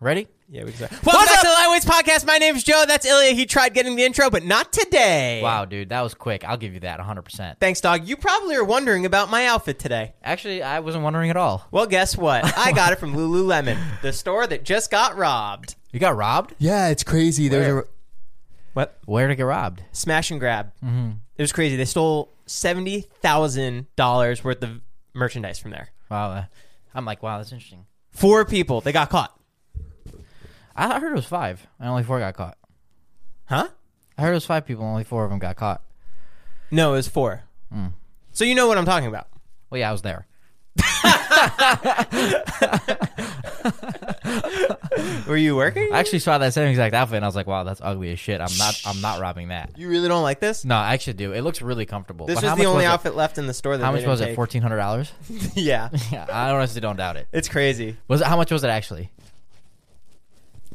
Ready? Yeah, we can start. Welcome back to the Lightweights Podcast. My name's Joe. That's Ilya. He tried getting the intro, but not today. Wow, dude, that was quick. I'll give you that 100%. Thanks, dog. You probably are wondering about my outfit today. Actually, I wasn't wondering at all. Well, guess what? I got it from Lululemon, the store that just got robbed. You got robbed? Yeah, it's crazy. There's a What? Where to get robbed? Smash and grab. Mm-hmm. It was crazy. They stole seventy thousand dollars worth of merchandise from there. Wow. uh, I'm like, wow, that's interesting. Four people. They got caught. I I heard it was five, and only four got caught. Huh? I heard it was five people, and only four of them got caught. No, it was four. Mm. So you know what I'm talking about. Well, yeah, I was there. Were you working? I actually saw that same exact outfit, and I was like, wow, that's ugly as shit. I'm not, I'm not robbing that. you really don't like this? No, I actually do. It looks really comfortable. This But was how the much only it? outfit left in the store that How they much didn't was take. it? Fourteen hundred dollars? yeah, Yeah, I honestly don't doubt it. it's crazy. Was it, how much was it actually?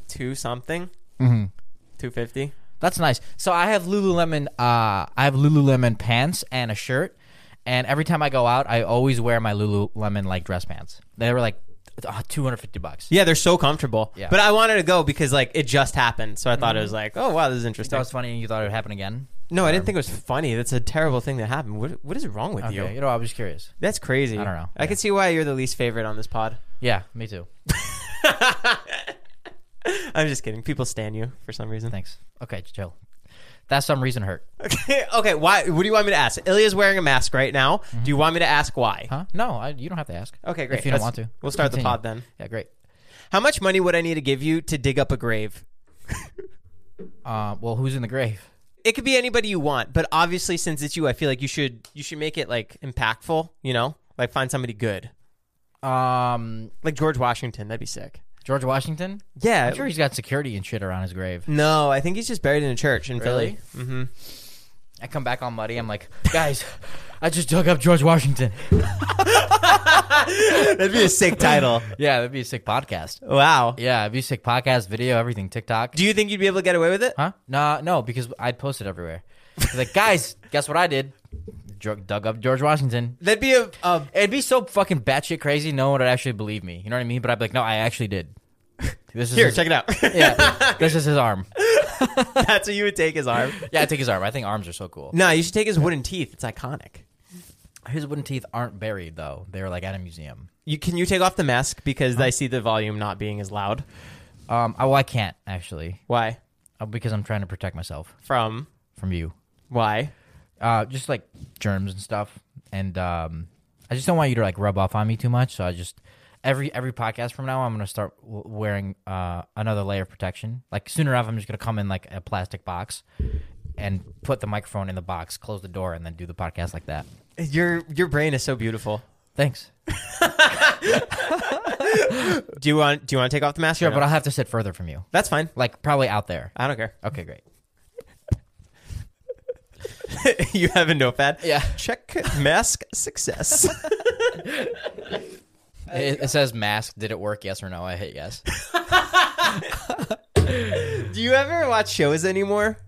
Two something. Two fifty. That's nice. So I have Lululemon. Uh, I have Lululemon pants and a shirt. And every time I go out, I always wear my Lululemon like dress pants. They were like two hundred fifty bucks. Yeah, they're so comfortable. Yeah. But I wanted to go because like it just happened, so I thought it was like, oh wow, this is that interesting. was funny. and You thought it would happen again? no, I didn't think it was funny. That's a terrible thing that happened. What what is wrong with Okay. you? You know, I was just curious. That's crazy. I don't know. I can see why you're the least favorite on this pod. Yeah, me too. I'm just kidding. People stand you for some reason. Thanks. Okay, chill. That's some reason hurt. okay, why? What do you want me to ask? Ilya's wearing a mask right now. Do you want me to ask why? Mm-hmm. Huh? No, I, you don't have to ask. Okay, great. If you don't Let's- want to, we'll start the Continue. pod then. Yeah, great. How much money would I need to give you to dig up a grave? Uh, well, who's in the grave? It could be anybody you want, but obviously, since it's you, I feel like you should you should make it like impactful. You know, like find somebody good, Um, like George Washington. That'd be sick. George Washington. Yeah. I'm sure he's got security and shit around his grave. No, I think he's just buried in a church in Really? Philly. Mm-hmm. I come back all muddy. I'm like, guys, I just dug up George Washington. That'd be a sick title. Yeah, that'd be a sick podcast. Wow. Yeah, it'd be a sick podcast, video, everything, TikTok. Do you think you'd be able to get away with it? huh? Nah, no, because I'd post it everywhere. It's like, guys, guess what I did? Dr- dug up George Washington. That'd be a, a It'd be so fucking batshit crazy. No one would actually believe me. You know what I mean? But I'd be like, no, I actually did. This is here. his- Check it out. Yeah, this is his arm. That's what you would take his arm. Yeah, I take his arm. I think arms are so cool. No, you should take his wooden teeth. It's iconic. His wooden teeth aren't buried though. They're like at a museum. You can you take off the mask because I see the volume not being as loud. Um, I, well, I can't actually Why? uh, because I'm trying to protect myself From from you. why? Uh, just like germs and stuff, and um, I just don't want you to like rub off on me too much. So I just every every podcast from now, I'm gonna start w- wearing uh, another layer of protection. Like sooner enough, I'm just gonna come in like a plastic box and put the microphone in the box, close the door, and then do the podcast like that. Your your brain is so beautiful. Thanks. Do you want do you want to take off the mask? Sure, or but no? I'll have to sit further from you, that's fine. like probably out there. I don't care. Okay, great. you have a notepad. Yeah. Check mask success. It, it says mask. Did it work? Yes or no? I hit yes. do you ever watch shows anymore?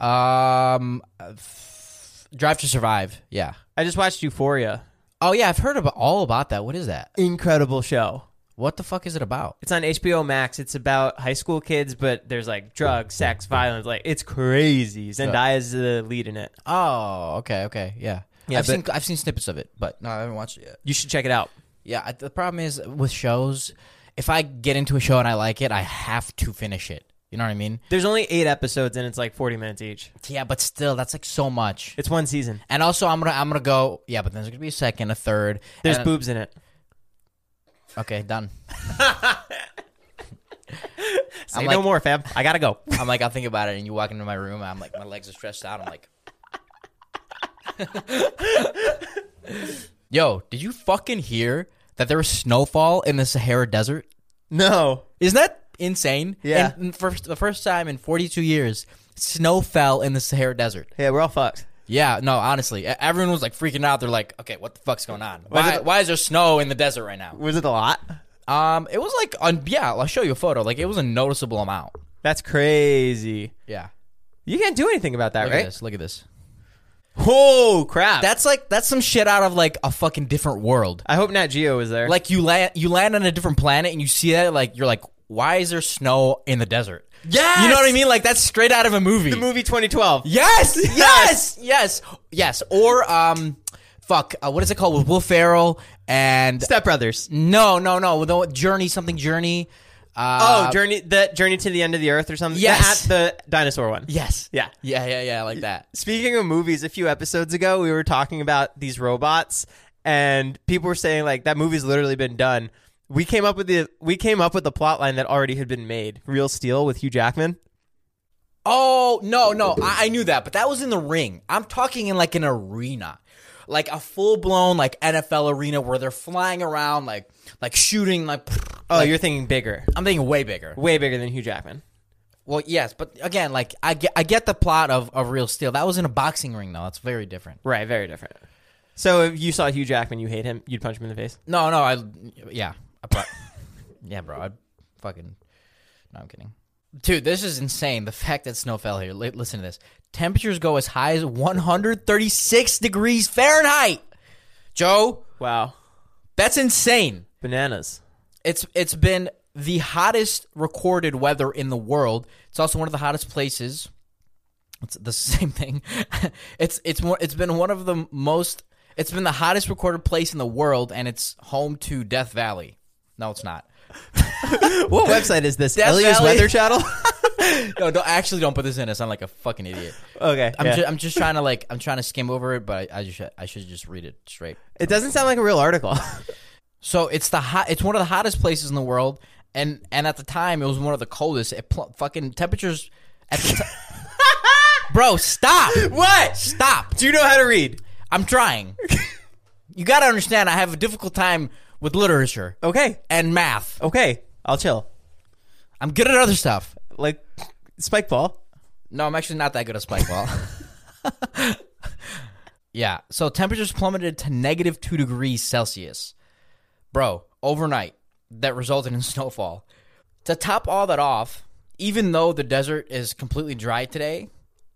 Um, uh, f- Drive to Survive. Yeah. I just watched Euphoria. Oh yeah, I've heard about all about that. What is that? Incredible show. What the fuck is it about? It's on HBO Max. It's about high school kids, but there's like drugs, sex, violence. Like it's crazy. Zendaya's the lead in it. Oh, okay, okay, yeah. Yeah, I've but- seen I've seen snippets of it, but no, I haven't watched it yet. You should check it out. Yeah, I, the problem is with shows, if I get into a show and I like it, I have to finish it. You know what I mean? There's only eight episodes and it's like 40 minutes each. Yeah, but still, that's like so much. It's one season. And also, I'm gonna I'm gonna go. Yeah, but then there's gonna be a second, a third. There's and- boobs in it. Okay, done. Say I'm no like- more, fam. I gotta go. I'm like, I'll think about it. And you walk into my room, I'm like, my legs are stretched out. I'm like, yo, did you fucking hear that there was snowfall in the Sahara Desert? No. Isn't that insane. Yeah. And- And first, the first time in 42 years, snow fell in the Sahara Desert. Yeah, we're all fucked. Yeah, no, honestly, e- everyone was like freaking out. They're like, "Okay, what the fuck's going on? Was Why, it- why is there snow in the desert right now?" Was it a lot? Um, it was like, on, yeah, I'll show you a photo. Like, it was a noticeable amount. That's crazy. Yeah, You can't do anything about that, look at right? this. Look at this. Oh crap! That's like that's some shit out of like a fucking different world. I hope Nat Geo was there. Like you land you land on a different planet and you see that like you're like, why is there snow in the desert? Yes! you know what I mean. Like that's straight out of a movie. the movie 2012. Yes, yes, yes, yes. Or um, fuck, uh, what is it called with Will Ferrell and Step Brothers. no, no, no, with the Journey something Journey. Uh, oh, Journey the Journey to the End of the Earth or something. Yes. The- at the dinosaur one. yes, Yeah. yeah, yeah, yeah, like that. Speaking of movies, a few episodes ago, we were talking about these robots, and people were saying like that movie's literally been done. We came up with the we came up with the plot line that already had been made. Real Steel with Hugh Jackman. Oh no, no, I, I knew that, but that was in the ring. I'm talking in like an arena, like a full blown like NFL arena where they're flying around, like like shooting, like. Oh, like- you're thinking bigger, I'm thinking way bigger. way bigger than Hugh Jackman. Well, yes, but again, like I get, I get the plot of, of Real Steel. That was in a boxing ring, though. That's very different. Right, very different. So if you saw Hugh Jackman, you hate him, you'd punch him in the face. No, no, I yeah, I pro- yeah, bro. I fucking no, I'm kidding, dude. This is insane. The fact that snow fell here. Li- listen to this. Temperatures go as high as 136 degrees Fahrenheit. Joe, Wow, that's insane. bananas. It's it's been the hottest recorded weather in the world. It's also one of the hottest places. It's the same thing. it's it's more. It's been one of the most. It's been the hottest recorded place in the world, and it's home to Death Valley. No, it's not. What website is this? Death Elia's Valley. Weather Channel. No, don't, actually, don't put this in. I sound like a fucking idiot. okay, I'm, yeah. ju- I'm just trying to like I'm trying to skim over it, but I, I just I should just read it straight. it doesn't sound like a real article. So it's the hot. It's one of the hottest places in the world, and and at the time it was one of the coldest. It pl- fucking temperatures. At the ti- Bro, stop! what? Stop! Do you know how to read? I'm trying. You gotta understand, I have a difficult time with literature Okay, and math. okay, I'll chill. I'm good at other stuff. Like Spike Ball. No, I'm actually not that good at spike ball. yeah. So temperatures plummeted to negative two degrees Celsius, bro, overnight. That resulted in snowfall. To top all that off, even though the desert is completely dry today,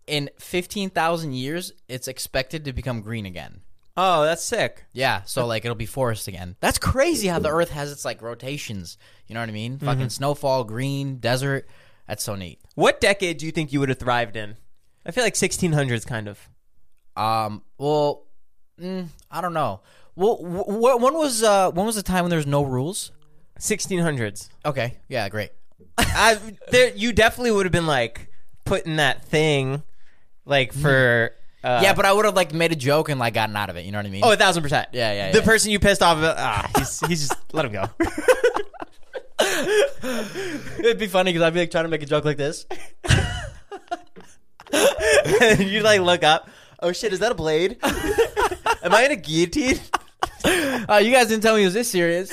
in 15,000 years, it's expected to become green again. Oh, that's sick. Yeah, so like it'll be forest again. That's crazy how the earth has its like rotations. You know what I mean? Fucking snowfall, green, desert. That's so neat. What decade do you think you would have thrived in? I feel like 1600s kind of. Um. Well, mm, I don't know. Well, wh- wh- when was uh when was the time when there was no rules? 1600s. Okay. Yeah. Great. I there you definitely would have been like putting that thing like for uh, yeah, but I would have like made a joke and like gotten out of it. You know what I mean? Oh, a thousand percent. Yeah, yeah, The yeah. person you pissed off about, ah, he's, he's just let him go. it'd be funny because I'd be like trying to make a joke like this. and you like look up. Oh shit, is that a blade? Am I in a guillotine? Oh, you guys didn't tell me it was this serious.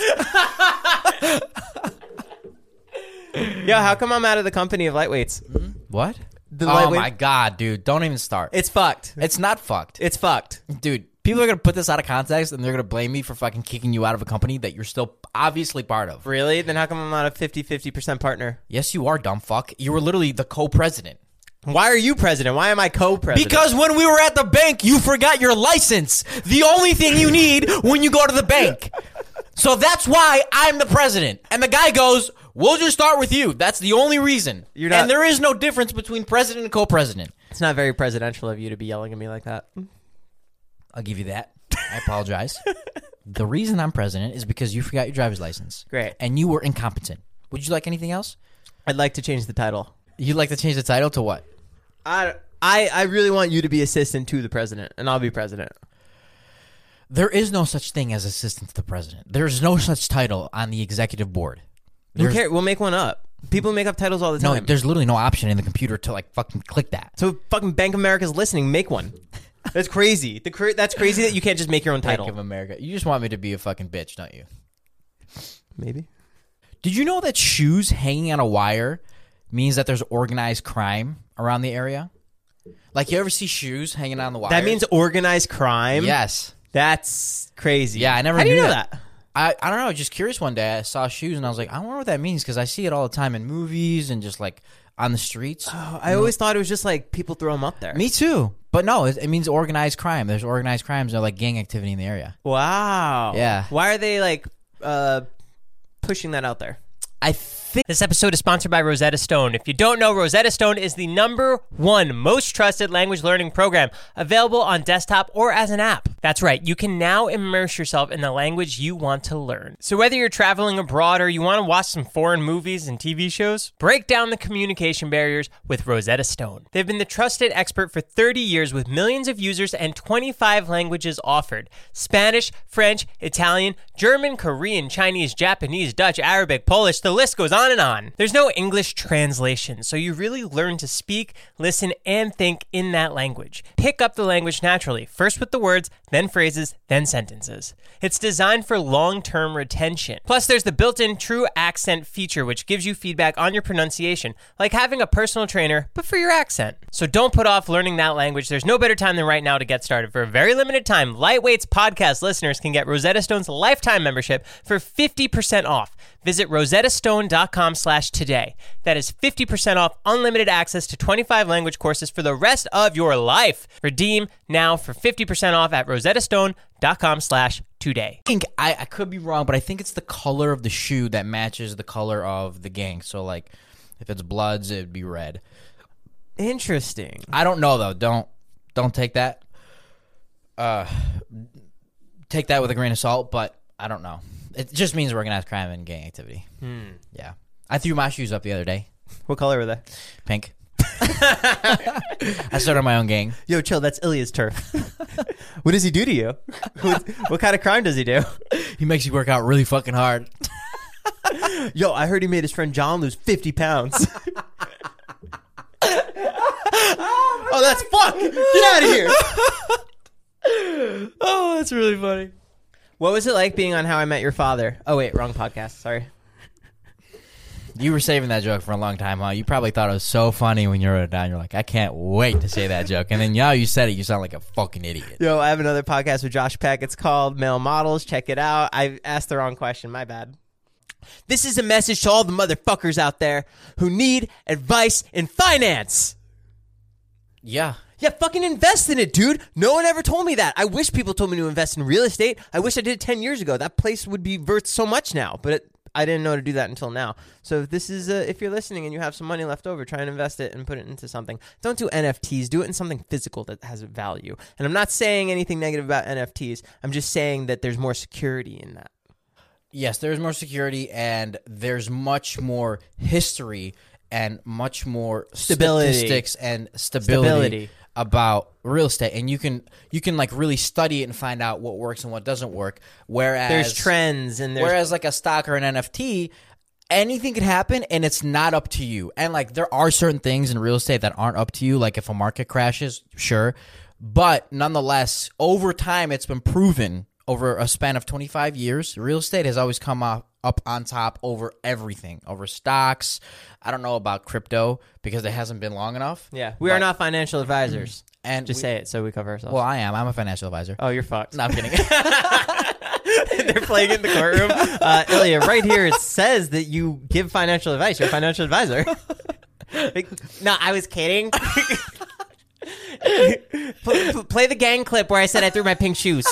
Yo, how come I'm out of the company of lightweights? what? The oh lightweight- my god, dude! Don't even start. It's fucked. it's not fucked, It's fucked. dude. People are gonna put this out of context and they're gonna blame me for fucking kicking you out of a company that you're still obviously part of. Really? Then how come I'm not a 50 50% partner? Yes, you are, dumb fuck. You were literally the co-president. Why are you president? Why am I co president? Because when we were at the bank, you forgot your license. The only thing you need when you go to the bank. So that's why I'm the president. And the guy goes, We'll just start with you. That's the only reason. You're not- and there is no difference between president and co president. It's not very presidential of you to be yelling at me like that. I'll give you that. I apologize. the reason I'm president is because you forgot your driver's license. Great. And you were incompetent. Would you like anything else? I'd like to change the title. You'd like to change the title to what? I, I, I really want you to be assistant to the president, and I'll be president. There is no such thing as assistant to the president. There's no such title on the executive board. Who cares? We'll make one up. People make up titles all the No, time. there's literally no option in the computer to like fucking click that. so fucking Bank of America's listening. Make one. That's crazy. The cra- that's crazy that you can't just make your own Bank of title. America. You just want me to be a fucking bitch, don't you? Maybe. Did you know that shoes hanging on a wire means that there's organized crime around the area? Like you ever see shoes hanging on the wire? That means organized crime. yes. That's crazy. Yeah, I never How do you knew know that. I, I don't know. I was just curious one day. I saw shoes and I was like, I wonder what that means because I see it all the time in movies and just like on the streets. Oh, I always thought it was just like people throw them up there. Me too. But no, it, it means organized crime. There's organized crimes or like gang activity in the area. Wow. Yeah. Why are they like uh, pushing that out there? I think This episode is sponsored by Rosetta Stone. If you don't know, Rosetta Stone is the number one most trusted language learning program available on desktop or as an app. That's right, you can now immerse yourself in the language you want to learn. So, whether you're traveling abroad or you want to watch some foreign movies and TV shows, break down the communication barriers with Rosetta Stone. They've been the trusted expert for 30 years with millions of users and 25 languages offered Spanish, French, Italian, German, Korean, Chinese, Japanese, Dutch, Arabic, Polish, the list goes on and on. There's no English translation, so you really learn to speak, listen, and think in that language. Pick up the language naturally, first with the words, then phrases, then sentences. It's designed for long term retention. Plus, there's the built in true accent feature, which gives you feedback on your pronunciation, like having a personal trainer, but for your accent. So don't put off learning that language. There's no better time than right now to get started. For a very limited time, Lightweight's podcast listeners can get Rosetta Stone's lifetime membership for 50% off. Visit rosettastone.com slash today. That is 50% off unlimited access to 25 language courses for the rest of your life. Redeem now for 50% off at rosettastone.com slash today. I think I, I could be wrong, but I think it's the color of the shoe that matches the color of the gang. So like, if it's Bloods, it'd be red. Interesting. I don't know though. Don't don't take that. Uh, take that with a grain of salt. But I don't know. It just means organized crime and gang activity. Yeah, I threw my shoes up the other day. What color were they? Pink. I started my own gang. Yo, chill. That's Ilya's turf. what does he do to you? what, what kind of crime does he do? He makes you work out really fucking hard. Yo, I heard he made his friend John lose 50 pounds. oh, that's fuck. Get out of here. Oh, that's really funny. What was it like being on How I Met Your Father? Oh, wait, wrong podcast. Sorry. You were saving that joke for a long time, huh? You probably thought it was so funny when you wrote it down. You're like, I can't wait to say that joke. And then now you said it, you sound like a fucking idiot. Yo, I have another podcast with Josh Peck. It's called Male Models. Check it out. I asked the wrong question. My bad. This is a message to all the motherfuckers out there who need advice in finance. Yeah. Yeah, fucking invest in it, dude. No one ever told me that. I wish people told me to invest in real estate. I wish I did it 10 years ago. That place would be worth so much now, but it, I didn't know to do that until now. So if this is uh, if you're listening and you have some money left over, try and invest it and put it into something. Don't do NFTs. Do it in something physical that has value. And I'm not saying anything negative about NFTs. I'm just saying that there's more security in that. Yes, there's more security and there's much more history and much more Stability. statistics and stability, Stability. about real estate and you can you can like really study it and find out what works and what doesn't work whereas There's trends and there's Whereas like a stock or an NFT, anything could happen and it's not up to you. And like there are certain things in real estate that aren't up to you. Like if a market crashes, sure. But nonetheless, over time it's been proven over a span of 25 years, real estate has always come up, up on top over everything, over stocks. I don't know about crypto because it hasn't been long enough. yeah, we are not financial advisors. And Just we- say it so we cover ourselves. Well, I am. I'm a financial advisor. oh, you're fucked. No, I'm kidding. They're playing in the courtroom. Uh, Ilya, right here it says that you give financial advice. You're a financial advisor. Like, no, I was kidding. Pl- pl- play the gang clip where I said I threw my pink shoes.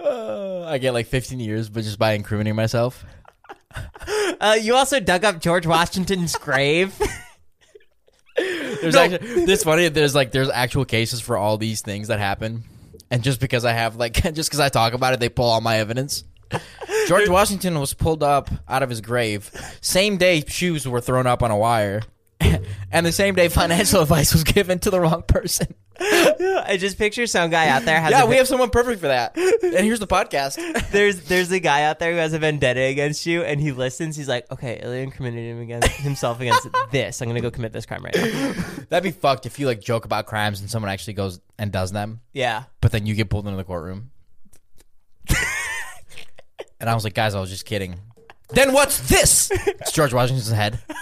I get like 15 years, but just by incriminating myself. Uh, you also dug up George Washington's grave. There's actually this funny. There's like there's actual cases for all these things that happen, and just because I have like just because I talk about it, they pull all my evidence. George Washington was pulled up out of his grave. Same day, shoes were thrown up on a wire, and the same day, financial advice was given to the wrong person. I just picture some guy out there. Has Yeah, a- we have someone perfect for that. And here's the podcast. there's there's a guy out there who has a vendetta against you, and he listens. He's like, okay, Ilya incriminated him against himself against this. I'm gonna go commit this crime right now. That'd be fucked if you like joke about crimes and someone actually goes and does them, Yeah. but then you get pulled into the courtroom. and I was like, guys, I was just kidding. Then what's this? It's George Washington's head.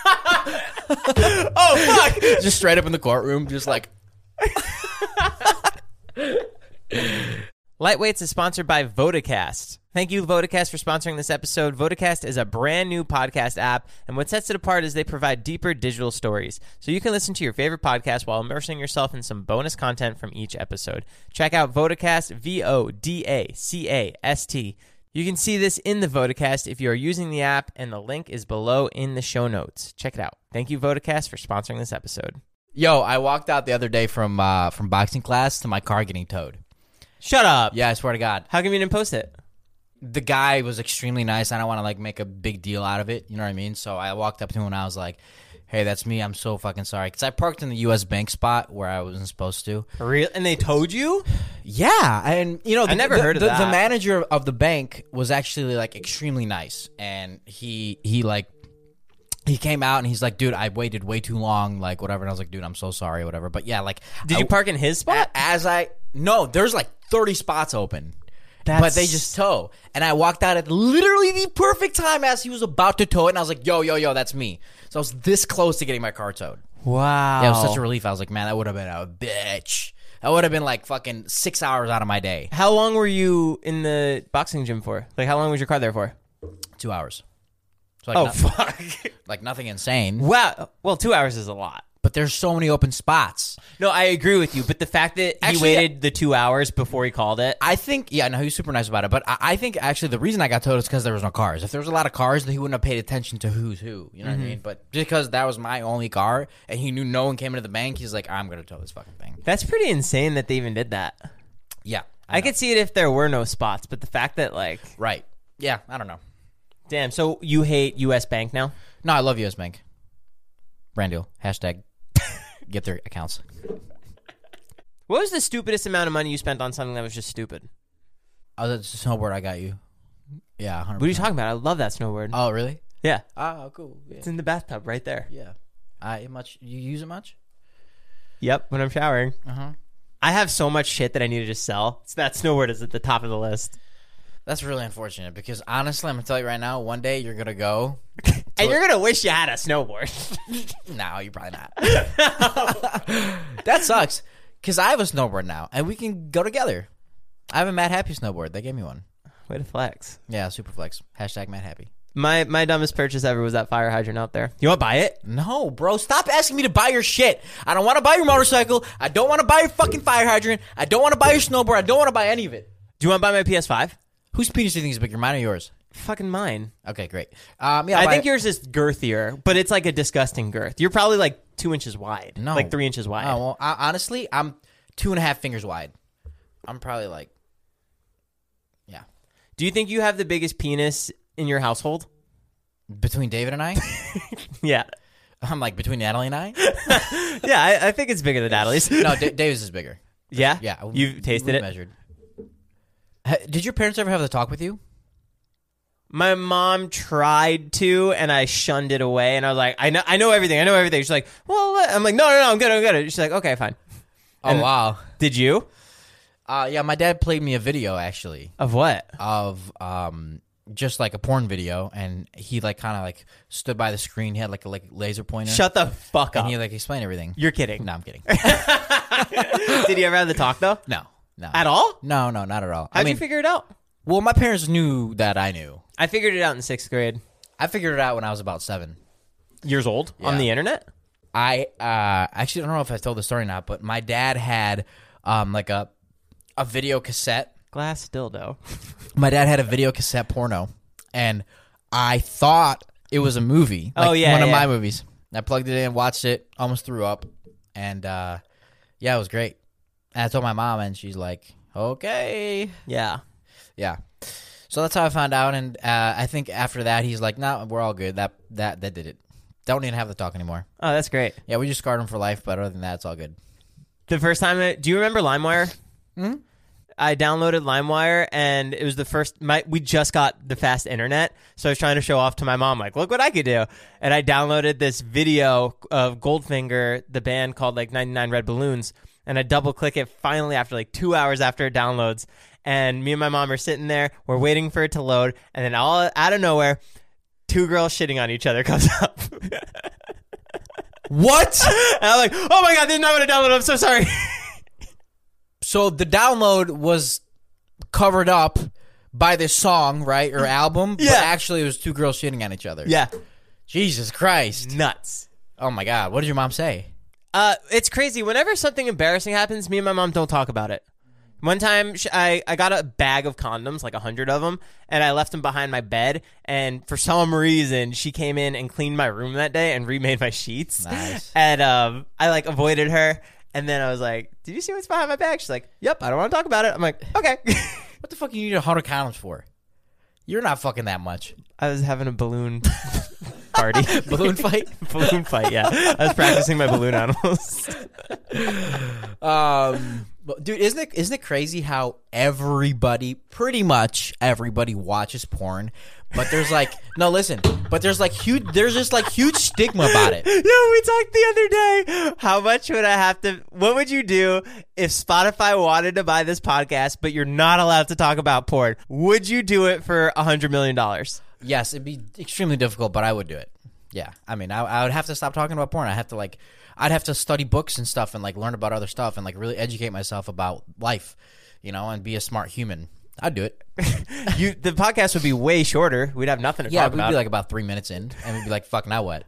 Oh fuck! just straight up in the courtroom, just like Lightweights is sponsored by Vodacast. Thank you, Vodacast, for sponsoring this episode. Vodacast is a brand new podcast app, and what sets it apart is they provide deeper digital stories. So you can listen to your favorite podcast while immersing yourself in some bonus content from each episode. Check out Vodacast, V O D A C A S T. You can see this in the Vodacast if you are using the app, and the link is below in the show notes. Check it out. Thank you, Vodacast, for sponsoring this episode. Yo, I walked out the other day from uh, from boxing class to my car getting towed. Shut up. Yeah, I swear to God, How come you didn't post it? the guy was extremely nice. I don't want to like make a big deal out of it. You know what I mean? So I walked up to him and I was like, "Hey, that's me. I'm so fucking sorry because I parked in the U.S. bank spot where I wasn't supposed to." Real? And they told you? Yeah, and you know, the, never the- heard of the, that. The manager of the bank was actually like extremely nice, and he he like he came out and he's like, "Dude, I waited way too long, like whatever." And I was like, "Dude, I'm so sorry, whatever." But yeah, like, Did I- you park in his spot? a- as I no, there's like 30 spots open. but they just tow. And I walked out at literally the perfect time as he was about to tow it. And I was like, yo, yo, yo, that's me. So I was this close to getting my car towed. Wow. That was such a relief. I was like, man, that would have been a bitch. That would have been like fucking six hours out of my day. How long were you in the boxing gym for? Like, how long was your car there for? Two hours. So like, oh, no- fuck. like nothing insane. wow. Well, two hours is a lot. But there's so many open spots. No, I agree with you, but the fact that Actually, he waited the two hours before he called it. I think, yeah, no, he was super nice about it. But I, I think actually the reason I got towed is because there was no cars. If there was a lot of cars, then he wouldn't have paid attention to who's who. You know Mm-hmm. what I mean? But because that was my only car, and he knew no one came into the bank, he's like, I'm gonna tow this fucking thing. That's pretty insane that they even did that. Yeah, I, could see it if there were no spots, but the fact that, like, right. Yeah, I don't know. damn, so you hate U.S. Bank now? No, I love U.S. Bank. Brand deal. Hashtag get their accounts. What was the stupidest amount of money you spent on something that was just stupid? Oh, that's the snowboard I got you. Yeah, 100%. What are you talking about? I love that snowboard. Oh, really? yeah. Oh, cool. Yeah. It's in the bathtub right there. yeah. I much you use it much? Yep, when I'm showering. Uh-huh. I have so much shit that I need to just sell. So that snowboard is at the top of the list. That's really unfortunate because honestly, I'm gonna tell you right now, one day you're gonna go. And you're gonna wish you had a snowboard. No, you're probably not. that sucks. Cause I have a snowboard now, and we can go together. I have a Mad Happy snowboard. They gave me one. Way to flex. Yeah, Superflex. Hashtag Mad Happy. My my dumbest purchase ever was that fire hydrant out there. You wanna buy it? No, bro, stop asking me to buy your shit. I don't want to buy your motorcycle. I don't want to buy your fucking fire hydrant. I don't want to buy your snowboard. I don't want to buy any of it. Do you wanna buy my PS5? Whose penis do you think is bigger, mine or yours? Fucking mine. Okay, great. Um, yeah, I buy think it. yours is girthier, but it's like a disgusting girth. You're probably like two inches wide. No. Like three inches wide. Oh, well, I, honestly, I'm two and a half fingers wide. I'm probably like, yeah, Do you think you have the biggest penis in your household? between David and I. Yeah. I'm like between Natalie and I. Yeah, I, I think it's bigger than Natalie's. No, D- Davis is bigger. yeah? Yeah, You've tasted we it? Measured. Ha- Did your parents ever have the talk with you? My mom tried to, and I shunned it away. And I was like, I know, I know everything. I know everything. She's like, well, uh," I'm like, no, no, no, I'm good, I'm good. She's like, okay, fine. Oh wow. Did you? Uh, yeah, my dad played me a video actually Of what? of um just like a porn video, and he like kind of like stood by the screen. He had like a like laser pointer. Shut the fuck and up. he like explained everything. You're kidding. no, I'm kidding. Did you ever have the talk though? No, no, At all? No, no, not at all. How'd I mean, you figure it out? well, my parents knew that I knew. I figured it out in sixth grade. I figured it out when I was about seven. Years old on Yeah. the internet. I uh, actually I don't know if I told the story or not, but my dad had um, like a a video cassette. Glass dildo. My dad had a video cassette porno, and I thought it was a movie. Like Oh, yeah, one of yeah. my movies. And I plugged it in, watched it, almost threw up, and uh, yeah, it was great. And I told my mom, and she's like, "Okay, Yeah. yeah." So that's how I found out, and uh, I think after that, he's like, "No, we're all good. That that that did it. Don't even have the talk anymore." Oh, that's great. Yeah, we just scarred him for life, but other than that, it's all good. The first time, I, do you remember LimeWire? Hmm. I downloaded LimeWire, and it was the first. My we just got the fast internet, so I was trying to show off to my mom, like, look what I could do. And I downloaded this video of Goldfinger, the band called like 99 Red Balloons, and I double click it finally after like two hours after it downloads. And me and my mom are sitting there, we're waiting for it to load, and then all out of nowhere, two girls shitting on each other comes up. and What? I'm like, oh my god, this is not what I downloaded. I'm so sorry. so the download was covered up by this song, right, or album? Yeah. But actually, it was two girls shitting on each other. yeah, Jesus Christ. nuts. Oh my God. What did your mom say? Uh, it's crazy. Whenever something embarrassing happens, me and my mom don't talk about it. One time, sh- I, I got a bag of condoms, like a hundred of them, and I left them behind my bed. And for some reason, she came in and cleaned my room that day and remade my sheets. Nice. And um, I like avoided her. And then I was like, "Did you see what's behind my bag?" She's like, "Yep, I don't want to talk about it." I'm like, "Okay." What the fuck you need a hundred condoms for? You're not fucking that much. I was having a balloon party, Balloon fight. balloon fight. Yeah, I was practicing my balloon animals. Um, but dude, isn't it isn't it crazy how everybody, pretty much everybody, watches porn, but there's like no, listen, but there's like huge, there's just like huge stigma about it. No, we talked the other day. How much would I have to? What would you do if Spotify wanted to buy this podcast, but you're not allowed to talk about porn? Would you do it for a hundred million dollars? Yes, it'd be extremely difficult, but I would do it. Yeah, I mean, I, I would have to stop talking about porn. I have to like, I'd have to study books and stuff, and like learn about other stuff, and like really educate myself about life, you know, and be a smart human. I'd do it. You, the podcast would be way shorter. We'd have nothing to Yeah, talk we'd about. be like about three minutes in, and we'd be like, "Fuck, now what?"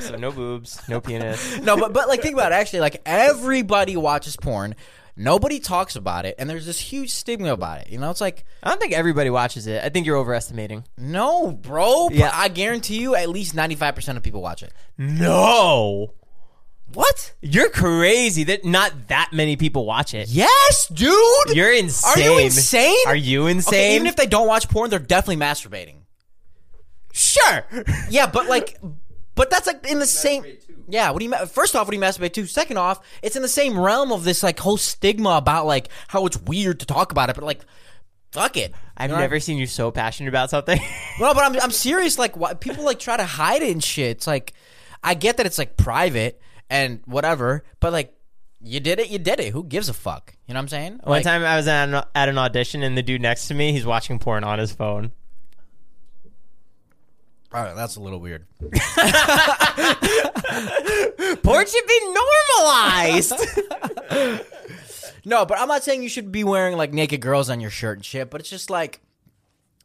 so no boobs, no penis. no, but but like think about it. Actually, like everybody watches porn. Nobody talks about it, and there's this huge stigma about it. You know, it's like, I don't think everybody watches it. I think you're overestimating. no, bro. Yeah. Yeah. I guarantee you, at least ninety five percent of people watch it. No, What? you're crazy. That not that many people watch it. Yes, dude. You're insane. Are you insane? Are you insane? Okay, even if they don't watch porn, they're definitely masturbating. sure. Yeah, but like, but that's like in the same. Yeah, what do you ma- first off? What do you masturbate to? Second off, it's in the same realm of this like whole stigma about like how it's weird to talk about it, but like, fuck it. I've You know what I never seen you so passionate about something. No, but I'm I'm serious. Like, why, people like try to hide it and shit. It's like, I get that it's like private and whatever, but like, you did it, you did it. Who gives a fuck? You know what I'm saying? One Like, time I was at an, at an audition and the dude next to me, he's watching porn on his phone. all right, that's a little weird. Porn should be normalized. No, but I'm not saying you should be wearing like naked girls on your shirt and shit. But it's just like,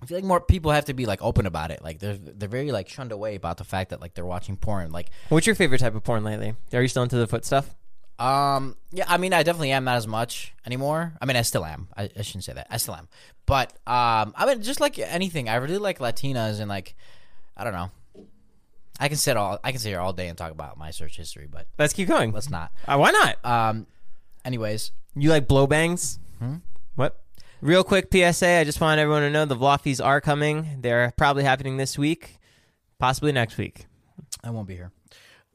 I feel like more people have to be like open about it. Like they're they're very like shunned away about the fact that like they're watching porn. Like, What's your favorite type of porn lately? Are you still into the foot stuff? um, yeah, I mean, I definitely am not as much anymore. I mean, I still am. I, I shouldn't say that. I still am. But um, I mean, just like anything, I really like Latinas and like, I don't know. I can sit all I can sit here all day and talk about my search history, but Let's keep going. let's not. Uh, why not? Um, anyways, you like blow bangs? Hmm? What? Real quick PSA. I just want everyone to know the Vloffies are coming. They're probably happening this week, possibly next week. I won't be here.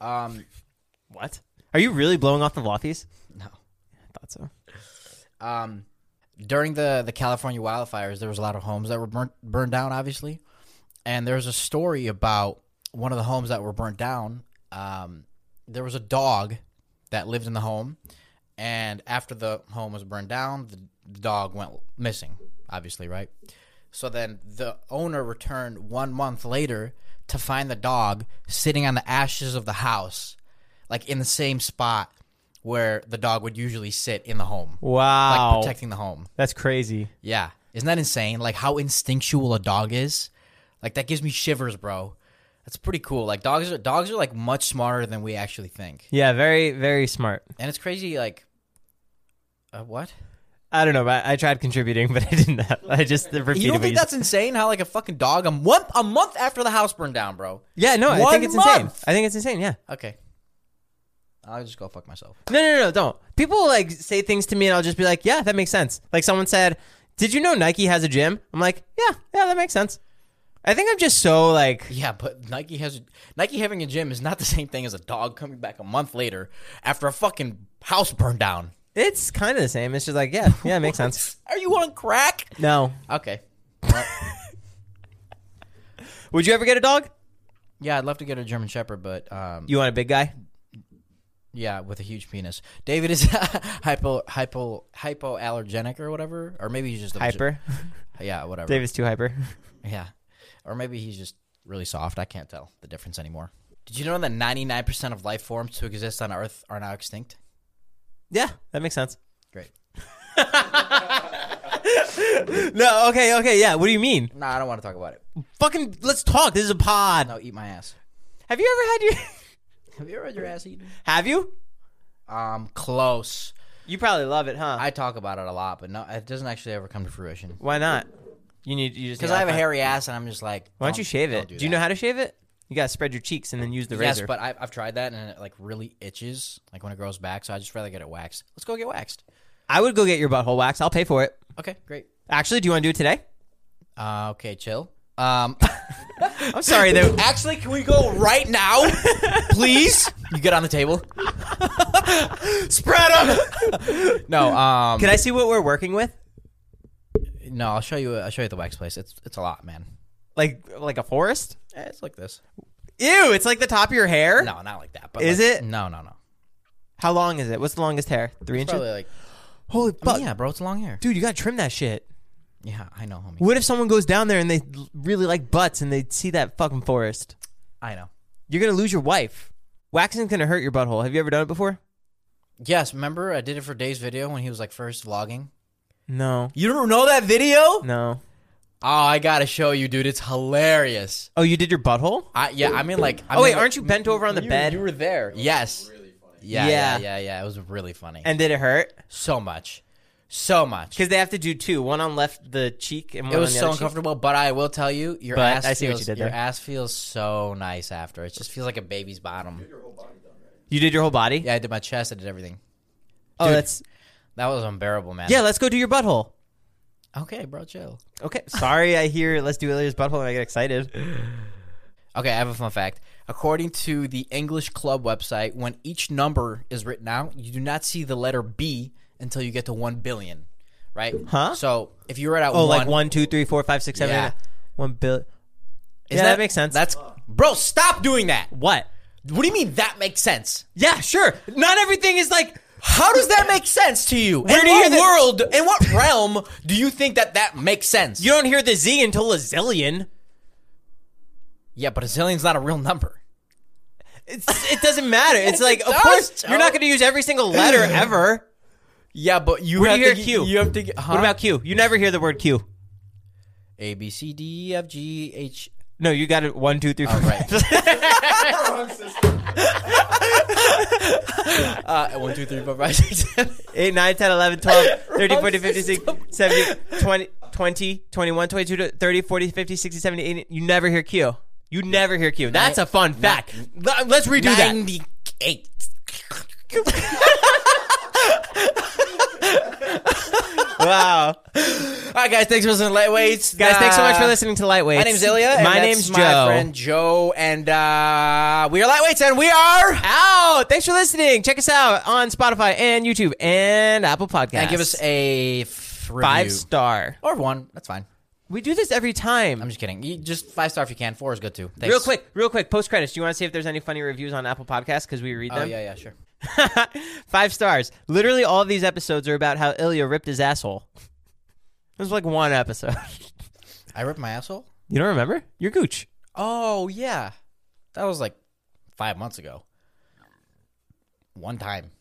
Um, What? Are you really blowing off the Vloffies? No. I thought so. um, during the the California wildfires, there was a lot of homes that were burnt burned down, obviously, and there was a story about one of the homes that were burnt down. Um, there was a dog that lived in the home, and after the home was burned down, the, the dog went missing. Obviously, right? So then the owner returned one month later to find the dog sitting on the ashes of the house, like in the same spot where the dog would usually sit in the home Wow. like protecting the home. That's crazy. Yeah, isn't that insane? Like how instinctual a dog is. Like that gives me shivers, bro. That's pretty cool. Like dogs are dogs are like much smarter than we actually think, Yeah, very, very smart. and it's crazy. Like, uh, what? I don't know, but I tried contributing, but I didn't. Have, I just repeated You don't what think you that's insane? How like a fucking dog a month a month after the house burned down, bro? Yeah, no, I One think it's insane. month. I think it's insane. Yeah. Okay, I'll just go fuck myself. No, no, no, don't. People like say things to me, and I'll just be like, "Yeah, that makes sense." Like someone said, "Did you know Nike has a gym?" I'm like, "Yeah, yeah, that makes sense." I think I'm just so like, Yeah, but Nike has Nike having a gym is not the same thing as a dog coming back a month later after a fucking house burned down. it's kind of the same. It's just like, yeah, yeah, it makes sense. Are you on crack? No, Okay. would you ever get a dog? Yeah, I'd love to get a German Shepherd, but um, You want a big guy? yeah, with a huge penis. David is hypo hypo hypoallergenic or whatever, or maybe he's just a, Hyper. Yeah, whatever. David's too hyper. Yeah, Or maybe he's just really soft. I can't tell the difference anymore. Did you know that 99% of life forms to exist on Earth are now extinct? Yeah, that makes sense. Great. No, okay, okay, yeah. What do you mean? No, I don't want to talk about it. Fucking, let's talk. This is a pod. No, eat my ass. Have you ever had your? Have you ever had your ass eaten? Have you? Um, close. You probably love it, huh? I talk about it a lot, but no, it doesn't actually ever come to fruition. Why not? You need you just Because I have a hairy ass, and I'm just like, Why don't you shave it? do Do, you know how to shave it? You gotta spread your cheeks and then use the Yes, razor. but I, I've tried that, and it like really itches, like when it grows back. So I just rather get it waxed. Let's go get waxed. I would go get your butthole waxed. I'll pay for it. Okay, great. Actually, do you want to do it today? Uh, okay, chill. Um, I'm sorry that actually, can we go right now, please? You get on the table. spread them. No, um, Can I see what we're working with? no. I'll show you. I'll show you the wax place. It's it's a lot, man. Like like a forest? Eh, It's like this. Ew! It's like the top of your hair. No, not like that. But Is like- it? No, no, no. How long is it? What's the longest hair? Three inches. Probably like. Holy I mean, fuck, yeah, bro. It's long hair. dude! You gotta trim that shit. Yeah, I know, homie. What if someone goes down there and they l- really like butts and they see that fucking forest? I know. You're gonna lose your wife. Waxing's gonna hurt your butthole. Have you ever done it before? Yes, remember I did it for Dave's video when he was like first vlogging. No. You don't know that video? Oh, No. I gotta show you, dude. It's hilarious. Oh, you did your butthole? I yeah, I mean like. I oh mean, wait, like- aren't you bent over on the you, bed? You were there. yes. Yeah, Yeah. yeah, yeah, yeah. It was really funny. And and did it hurt? so much, so much. Because they have to do two, one on left the cheek and one It was on the so other cheek. uncomfortable, but I will tell you, your But ass I see what feels you did your there. ass feels so nice after. It just feels like a baby's bottom. You did your whole body? Yeah, I did my chest. I did everything. Oh, Dude. that's That was unbearable, man. yeah. Let's go do your butthole. Okay, bro, chill. Okay. Sorry, I hear let's do Ilya's butthole and I get excited. Okay, I have a fun fact. According to the English club website, when each number is written out, you do not see the letter B until you get to 1 billion, right? Huh? So if you write out Oh, one, like one, two, three, four, five, six, seven, eight, Yeah. nine. one bill. isn't yeah, that makes sense. That's Bro, stop doing that. what? What do you mean that makes sense? Yeah, sure. Not everything is like. How does that make sense to you? Where in do you what hear that- world, in what realm do you think that that makes sense? You don't hear the Z until a zillion. yeah, but a zillion's not a real number. It's, it doesn't matter. It's like, of does, course, you're not Joe. going to use every single letter ever. Yeah, but you Where do have to you hear get- Q? You have to get, huh? What about Q? You never hear the word Q. A B C D E F G H No, you got it. One, two, three, four. right. uh, one, two, three, four, five, six, seven. 8, 9, 10, 11, 12, 13, 14, 15, 16, 17, 20, 20, 21, 22, 30, 40, 50, 60, 70, 80. You never hear Q. You never hear Q. That's a fun fact. Let- um, Let's redo that. Ninety-eight. All Wow. right, guys. Thanks for listening, to lightweights. Guys, thanks so much for Uh, listening to Lightweight. My name's Ilya. and My that's name's Joe. My friend Joe, and uh, we are lightweights, and we are. Out. Thanks for listening. Check us out on Spotify and YouTube and Apple Podcasts. And give us a f- review. five star. or one. That's fine. We do this every time. I'm just kidding. You, just five star if you can. Four is good too. Thanks. real quick, real quick, post credits. Do you want to see if there's any funny reviews on Apple Podcasts? Because we read Oh them. yeah, yeah, sure. Five stars. Literally, all of these episodes are about how Ilya ripped his asshole. There's like one episode. I ripped my asshole. You don't remember? You're gooch. Oh yeah, that was like five months ago. One time.